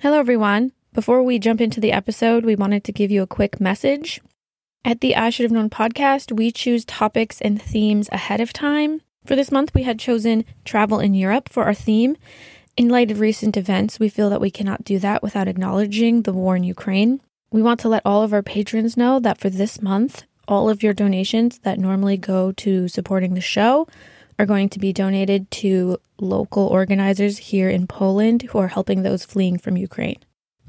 Hello, everyone. Before we jump into the episode, we wanted to give you a quick message. At the I Should Have Known podcast, we choose topics and themes ahead of time. For this month, we had chosen travel in Europe for our theme. In light of recent events, we feel that we cannot do that without acknowledging the war in Ukraine. We want to let all of our patrons know that for this month, all of your donations that normally go to supporting the show are going to be donated to local organizers here in Poland who are helping those fleeing from Ukraine.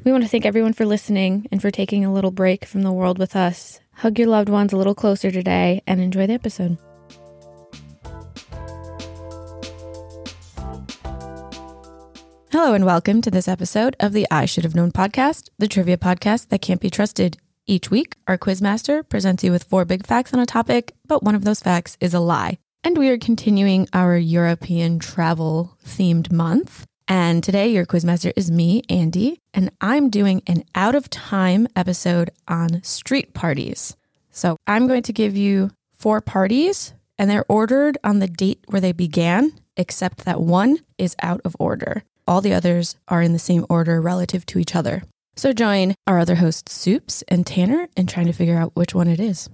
We want to thank everyone for listening and for taking a little break from the world with us. Hug your loved ones a little closer today and enjoy the episode. Hello and welcome to this episode of the I Should Have Known podcast, the trivia podcast that can't be trusted. Each week, our quizmaster presents you with four big facts on a topic, but one of those facts is a lie. And we are continuing our European travel themed month. And today, your quizmaster is me, Andy, and I'm doing an out of time episode on street parties. So I'm going to give you four parties, and they're ordered on the date where they began, except that one is out of order. All the others are in the same order relative to each other. So join our other hosts, Soups and Tanner, in trying to figure out which one it is.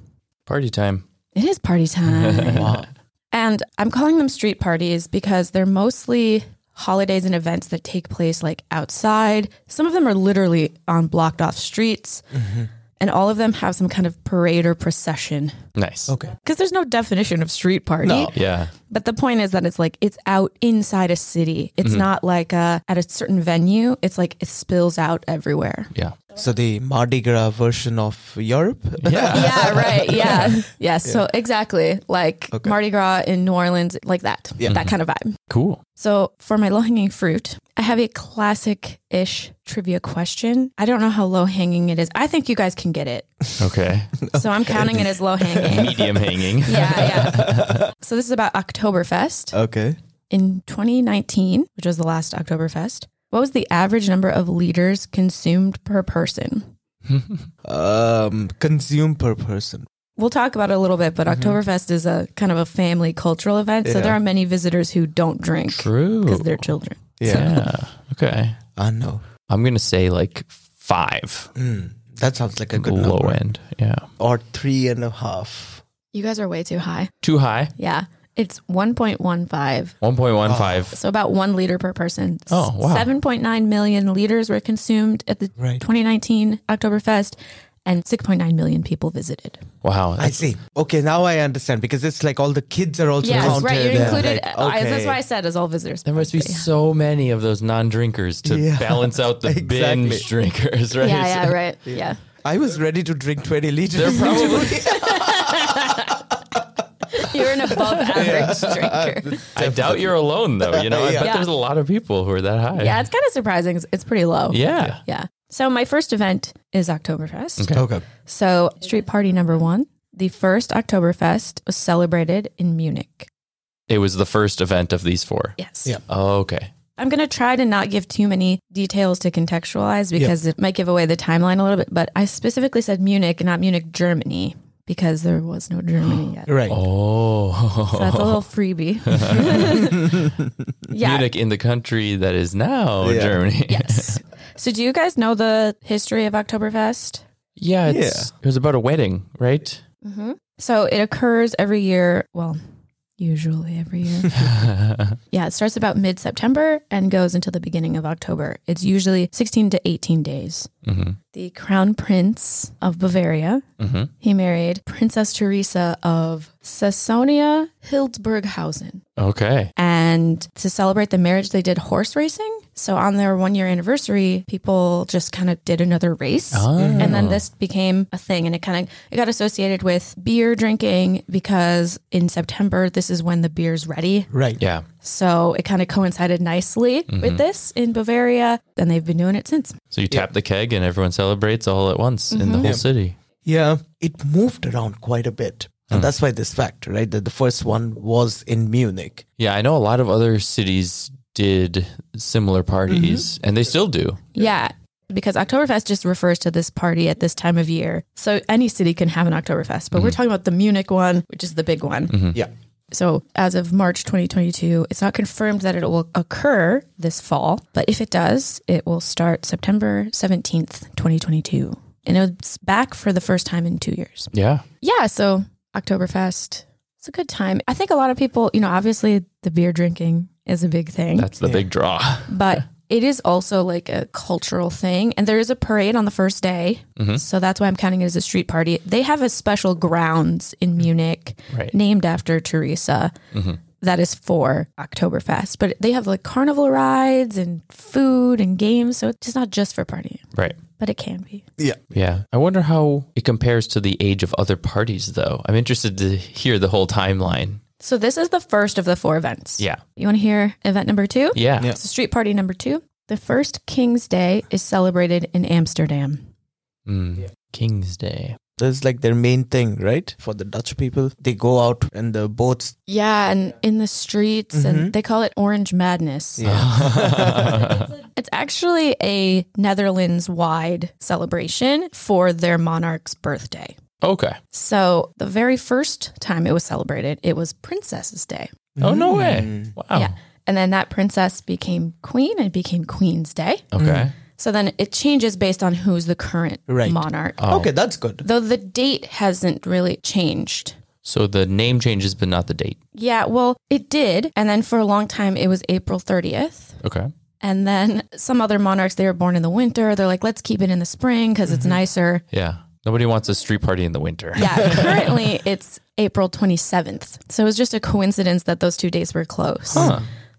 Party time. It is party time. Wow. And I'm calling them street parties because they're mostly holidays and events that take place like outside. Some of them are literally on blocked off streets, and all of them have some kind of parade or procession. Nice. Okay. Because there's no definition of street party. Yeah. But the point is that it's like it's out inside a city. Mm-hmm. It's not like uh, at a certain venue. It's like it spills out everywhere. Yeah. So the Mardi Gras version of Europe? Yeah. yeah, right. Yeah. Yes. So exactly like Mardi Gras in New Orleans, like that, Mm-hmm. that kind of vibe. Cool. So, for my low hanging fruit, I have a classic ish trivia question. I don't know how low hanging it is. I think you guys can get it. Okay. So, I'm counting it as low hanging. Medium hanging. yeah, yeah. So, this is about Oktoberfest. Okay. In 2019, which was the last Oktoberfest, what was the average number of liters consumed per person? Um, consume per person. We'll talk about it a little bit, Mm-hmm. but Oktoberfest is a kind of a family cultural event. So, Yeah. there are many visitors who don't drink True. because they're children. Yeah. Yeah. Okay. I know. I'm going to say like five, Mm, that sounds like a good low number. end. Yeah. Or three and a half. You guys are way too high. Too high. Yeah. It's 1.15. 1.15. So about one liter per person. Oh, wow. 7.9 million liters were consumed at the Right. 2019 Oktoberfest, and 6.9 million people visited. Wow. Oh, I see. Okay, now I understand because it's like all the kids are also counted. and like, okay. That's what I said as all visitors. There must be so many of those non drinkers to Yeah. balance out the Exactly. binge drinkers, right? Yeah, yeah, right. Yeah. I was ready to drink 20 liters. They're probably. You're an above average drinker. I doubt you're alone, though. You know, I bet Yeah. there's a lot of people who are that high. Yeah, it's kind of surprising. It's- It's pretty low. Yeah. Yeah. So my first event is Oktoberfest. okay. So street party number one. The first Oktoberfest was celebrated in Munich. It was the first event of these four. Oh, Yes. Yeah. Okay. I'm going to try to not give too many details to contextualize because it might give away the timeline a little bit. But I specifically said Munich and not Munich, Germany, because there was no Germany yet. Right. Oh. So that's a little freebie. yeah. Munich in the country that is now Yeah. Germany. Yes. So do you guys know the history of Oktoberfest? yeah, it's, it was about a wedding, right? So it occurs every year. Well, usually every year. yeah, it starts about mid September and goes until the beginning of October. It's usually 16 to 18 days. The crown prince of Bavaria, he married Princess Teresa of Saxonia Hildburghausen. Okay. And to celebrate the marriage, they did horse racing. So on their one year anniversary, people just kind of did another race. And then this became a thing and it kind of it got associated with beer drinking because in September this is when the beer's ready. Right. Oh, Yeah. So it kind of coincided nicely with this in Bavaria and they've been doing it since. So you tap the keg and everyone celebrates all at once in the whole city. Yeah, it moved around quite a bit. Hmm. And that's why this fact, right? That the first one was in Munich. Yeah, I know a lot of other cities did similar parties and they still do. Yeah. Because Oktoberfest just refers to this party at this time of Hmm. year. So any city can have an Oktoberfest, but we're talking about the Munich one, which is the big one. Yeah. So, as of March 2022, it's not confirmed that it will occur this fall, but if it does, it will start September 17th, 2022. And it's back for the first time in two years. Yeah. Yeah, so Oktoberfest, it's a good time. I think a lot of people, you know, obviously the beer drinking is a big thing, That's the big draw. but it is also like a cultural thing. And there is a parade on the first day. Mm-hmm. So that's why I'm counting it as a street party. They have a special grounds in Munich Mm-hmm. Right. Mm-hmm. named after Teresa. that is for Oktoberfest, but they have like carnival rides and food and games. So it's just not just for partying, Right. but it can be. Yeah. Yeah. I wonder how it compares to the age of other parties, though. I'm interested to hear the whole timeline. So this is the first of the four events. Yeah. You want to hear event number two? Yeah. Yeah. So street party number two. The first King's Day is celebrated in Amsterdam. Mm. King's Day. That's like their main thing, right? For the Dutch people, they go out in the boats. Yeah, and in the streets, and they call it Orange Madness. It's actually a Netherlands wide celebration for their monarch's birthday. Okay. So, the very first time it was celebrated, it was Princesses Day. Oh, no way. Wow. Yeah. And then that princess became queen and it became Queen's Day. Okay. So then it changes based on who's the current Right. monarch. Okay, that's good. Though the date hasn't really changed. So the name changes, but not the date. Yeah, well, it did. And then for a long time, it was April 30th. Okay. And then some other monarchs, they were born in the winter. They're like, let's keep it in the spring because it's nicer. Yeah. Nobody wants a street party in the winter. Yeah, currently it's April 27th. So it was just a coincidence that those two dates were close.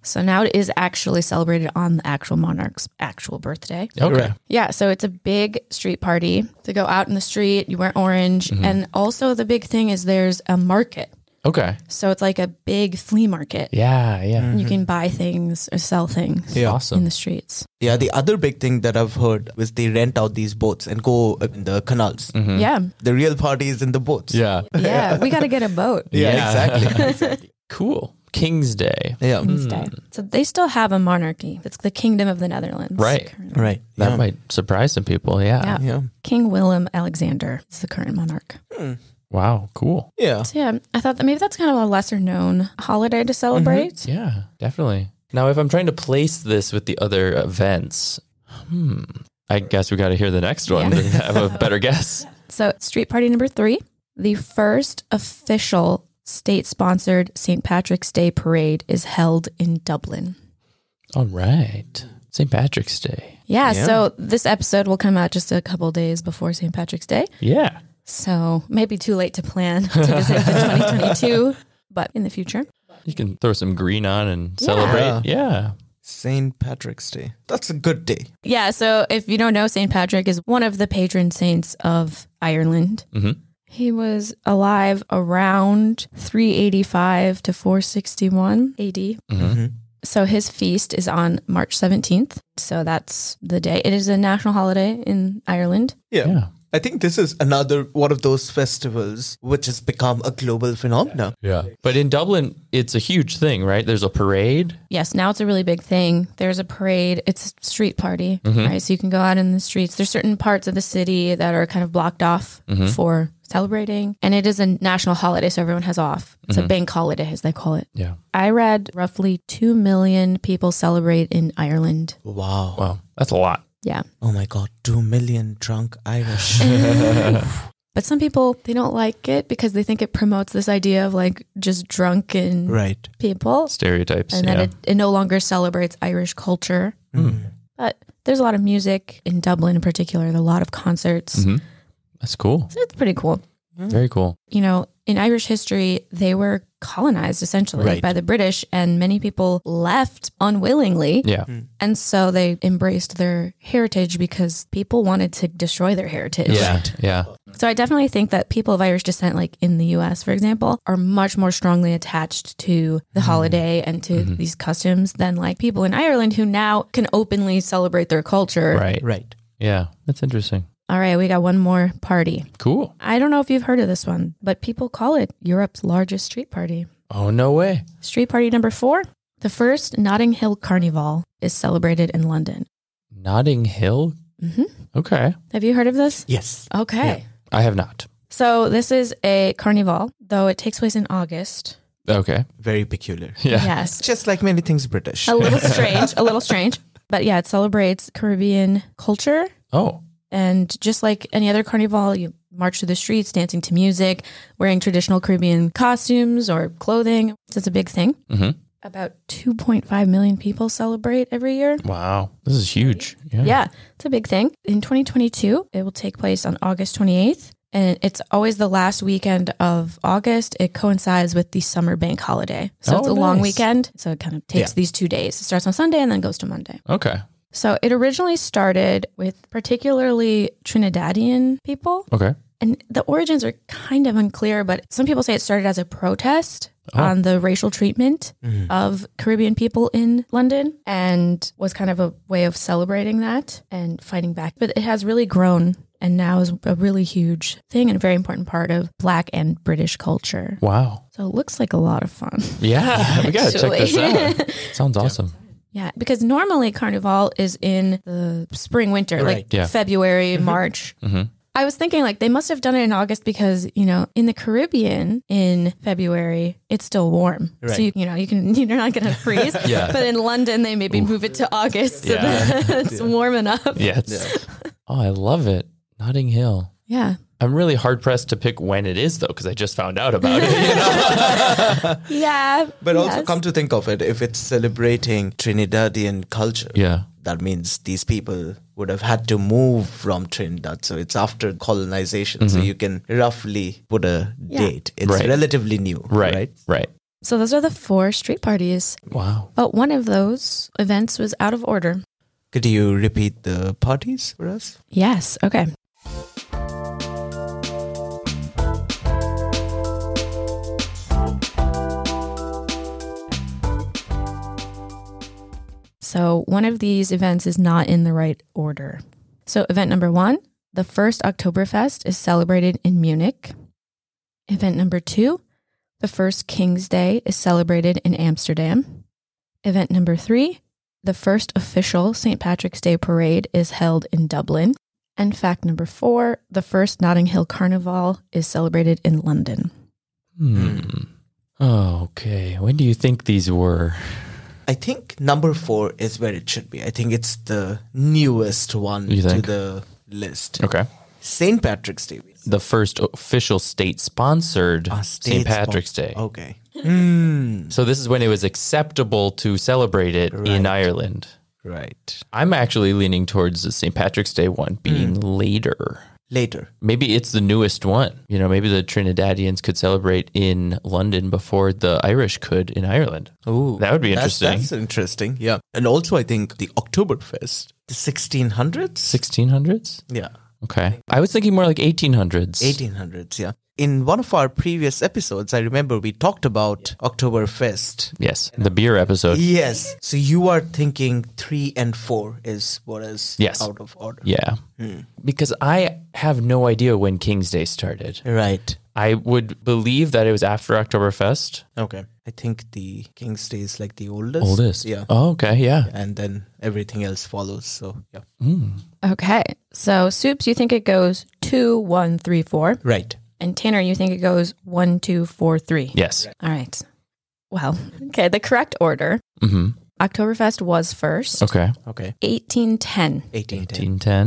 So now it is actually celebrated on the actual monarch's actual birthday. Okay. Yeah, so it's a big street party to go out in the street. You wear orange. And also, the big thing is there's a market. Okay. So it's like a big flea market. Yeah. Yeah. You can buy things or sell things Mm. in Awesome. the streets. Yeah, the other big thing that I've heard is they rent out these boats and go in the canals. Yeah. The real party is in the boats. Yeah. Yeah. we got to get a boat. Yeah, exactly. Cool. King's Day. yeah. Wednesday. So they still have a monarchy. It's the Kingdom of the Netherlands. Right. currently. Right. That yeah. might surprise some people. Yeah. Yeah. yeah. King Willem Alexander is the current monarch. Wow. Cool. Yeah. So yeah, I thought that maybe that's kind of a lesser known holiday to celebrate. Yeah, definitely. Now, if I'm trying to place this with the other events, hmm, I guess we got to hear the next one to have a better guess. So, street party number three, the first official state sponsored St. Patrick's Day parade is held in Dublin. All right. St. Patrick's Day. Yeah, Yeah. so this episode will come out just a couple days before St. Patrick's Day. Yeah. So, maybe too late to plan to visit the 2022, but in the future. You can throw some green on and celebrate. Yeah. St. Patrick's Day. That's a good day. Yeah, so if you don't know, St. Patrick is one of the patron saints of Ireland. Mhm. He was alive around 385 to 461 AD. So his feast is on March 17th. So that's the day. It is a national holiday in Ireland. Yeah. Yeah. I think this is another one of those festivals which has become a global phenomenon. Yeah. But in Dublin, it's a huge thing, right? There's a parade. Yes, now it's a really big thing. There's a parade. It's a street party, right? So you can go out in the streets. There's certain parts of the city that are kind of blocked off for celebrating. And it is a national holiday, so everyone has off. It's a bank holiday, as they call it. Yeah. I read roughly 2 million people celebrate in Ireland. Wow. Wow. That's a lot. Yeah. Oh my God. Two million drunk Irish. But some people, they don't like it because they think it promotes this idea of like just drunken right. people Stereotypes. and yeah. Hmm. that it, it no longer celebrates Irish culture. But there's a lot of music in Dublin in particular, a lot of concerts. Hmm. Mm-hmm. That's cool. So it's pretty cool. Very cool. You know, in Irish history, they were colonized essentially Right. by the British, and many people left unwillingly. Yeah. And so they embraced their heritage because people wanted to destroy their heritage. Yeah. Yeah. So I definitely think that people of Irish descent, like in the US, for example, are much more strongly attached to the Mm-hmm. holiday and to these customs than like people in Ireland who now can openly celebrate their culture. Right. Right. Yeah. That's interesting. All right, we got one more party. Cool. I don't know if you've heard of this one, but people call it Europe's largest street party. Oh, no way. Street party number four. The first Notting Hill Carnival is celebrated in London. Notting Hill? Mhm. Okay. Have you heard of this? Yes. Okay. I have not. So this is a carnival, though it takes place in August. Okay. Very peculiar. Yeah. Yes. Just like many things British. A little strange, a little strange. But yeah, it celebrates Caribbean culture. Oh. And just like any other carnival, you march through the streets dancing to music, wearing traditional Caribbean costumes or clothing. So It's a big thing. hmm About 2.5 million people celebrate every year. Wow. This is huge. Yeah. Yeah, it's a big thing. In 2022, it will take place on August 28th. And it's always the last weekend of August. It coincides with the summer bank holiday. So Oh, it's a long nice. weekend. So it kind of takes Yeah. these two days. It starts on Sunday and then goes to Monday. Okay. So it originally started with particularly Trinidadian people. Okay. And the origins are kind of unclear, but some people say it started as a protest Oh. on the racial treatment of Caribbean people in London and was kind of a way of celebrating that and fighting back. But it has really grown and now is a really huge thing and a very important part of Black and British culture. Wow. So it looks like a lot of fun. Yeah. we gotta check this out. Actually. Sounds awesome. Yeah, because normally Carnival is in the spring, winter, Right. Mm-hmm. like Yeah. February, March. Mhm. I was thinking like they must have done it in August because, you know, in the Caribbean in February, it's still warm. Right. So, you, you know, you can, you're not going to freeze. Yeah. But in London, they maybe move it to August. So Yeah. that it's warm enough. Yes. Oh, I love it. Notting Hill. Yeah. I'm really hard pressed to pick when it is though, because I just found out about it. you know? Yeah. But also, Yes. come to think of it, if it's celebrating Trinidadian culture, Yeah. that means these people would have had to move from Trinidad. So it's after colonization. So you can roughly put a Yeah. date. It's Mm-hmm. Right. relatively new, Right. right? Right. So those are the four street parties. Wow. But one of those events was out of order. Could you repeat the parties for us? Yes. Okay. So, one of these events is not in the right order. So, event number one, the first Oktoberfest is celebrated in Munich. Event number two, the first King's Day is celebrated in Amsterdam. Event number three, the first official St. Patrick's Day parade is held in Dublin. And fact number four the first Notting Hill Carnival is celebrated in London. Hmm. Oh, okay. When do you think these were? I think number four is where it should be. I think it's the newest one You to think? the list. Okay. St. Patrick's Day. The first official state sponsored Ah, St. states- Patrick's Day. Okay. Hmm. So this is when it was acceptable to celebrate it in Ireland. Right. I'm actually leaning towards the St. Patrick's Day one being later. Later. Maybe it's the newest one. You know, maybe the Trinidadians could celebrate in London before the Irish could in Ireland. Ooh, That would be that's- interesting. That's, interesting. Yeah, and also I think the Oktoberfest, the 1600s. 1600s? yeah, Okay. I was thinking more like 1800s. 1800s. Yeah. In one of our previous episodes, I remember we talked about Oktoberfest. Yes, the beer episode. Yes. So you are thinking three and four is what is Yes. out of order. Yeah. Because I have no idea when King's Day started. Right. I would believe that it was after Oktoberfest. Okay. I think the King's Day is like the oldest. Oldest. Yeah. Oh, okay. Yeah. And then everything else follows. So yeah. Okay. So, Soups, you think it goes two, one, three, four. Right. And Tanner, you think it goes one, two, four, three. Yes. All right. Well, okay. The correct order hmm Oktoberfest was first. Okay. Okay. 1810. 1810. 1810.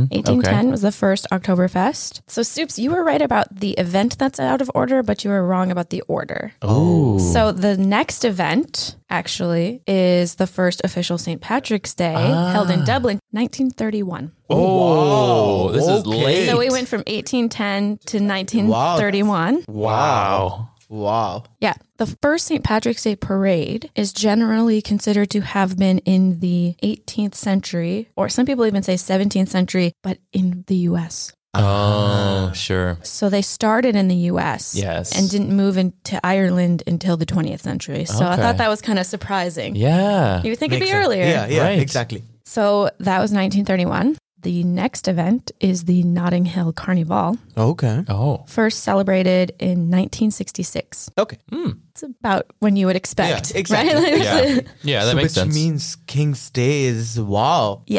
1810 was the first Oktoberfest. So, Soups, you were right about the event that's out of order, but you were wrong about the order. Oh. So the next event actually is the first official St. Patrick's Day held in Dublin, 1931. Oh, Wow. this is Okay. late. So we went from 1810 to 1931. wow. Wow. Yeah. The first St. Patrick's Day parade is generally considered to have been in the 18th century, or some people even say 17th century, but in the US. Oh, sure. So they started in the US Yes. and didn't move into Ireland until the 20th century. So I Okay. thought that was kind of surprising. Yeah. You would think Makes it'd be sense. earlier. Yeah, yeah, Right. exactly. So that was 1931. The next event is the Notting Hill Carnival, Okay. Oh. first celebrated in 1966. Okay. It's about when you would expect, Yeah, exactly. right? yeah. Yeah, that so makes which sense. means King's Day is wow. So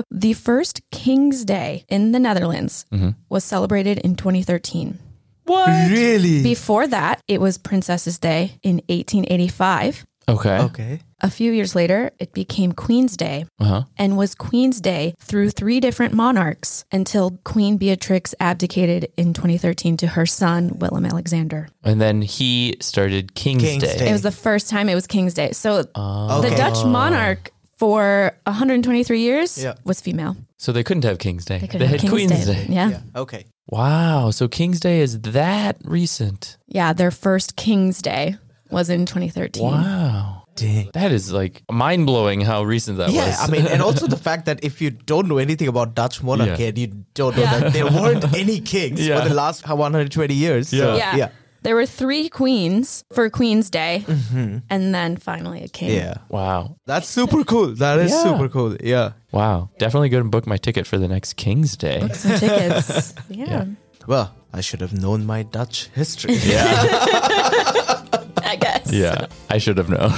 Mm-hmm. the first King's Day in the Netherlands was celebrated in 2013. What? Really? Before that, it was Princess's Day in 1885. Okay. okay. A few years later, it became Queen's Day Uh huh. and was Queen's Day through three different monarchs until Queen Beatrix abdicated in 2013 to her son, Willem Alexander. And then he started King's, King's Day. Day. It was the first time it was King's Day. So Oh. the Okay. Dutch monarch for 123 years Yeah. was female. So they couldn't have King's Day. They, couldn't have had King's Queen's Day. Yeah. yeah. Yeah. Okay. Wow. So King's Day is that recent. Their first King's Day was in 2013. Wow. Dang. That is like mind blowing how recent that Yeah, was. I mean, and also the fact that if you don't know anything about Dutch monarchy Yeah. and you don't know that there weren't any kings Yeah. for the last 120 years. So, Yeah. Uh, yeah. Yeah. There were three queens for Queen's Day Mm-hmm. and then finally a king. wow. That's super cool. That is Yeah. super cool. Yeah. Wow. Definitely going to book my ticket for the next King's Day. Some tickets. Yeah. Well, I should have known my Dutch history. Yeah. I guess. yeah. I should have known.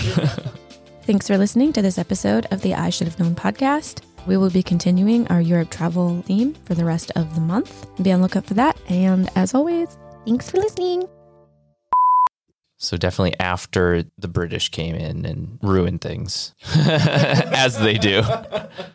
Thanks for listening to this episode of the I Should Have Known podcast. We will be continuing our Europe travel theme for the rest of the month. Be on the lookout for that. And as always, thanks for listening. so definitely after the British came in and ruined things, as they do.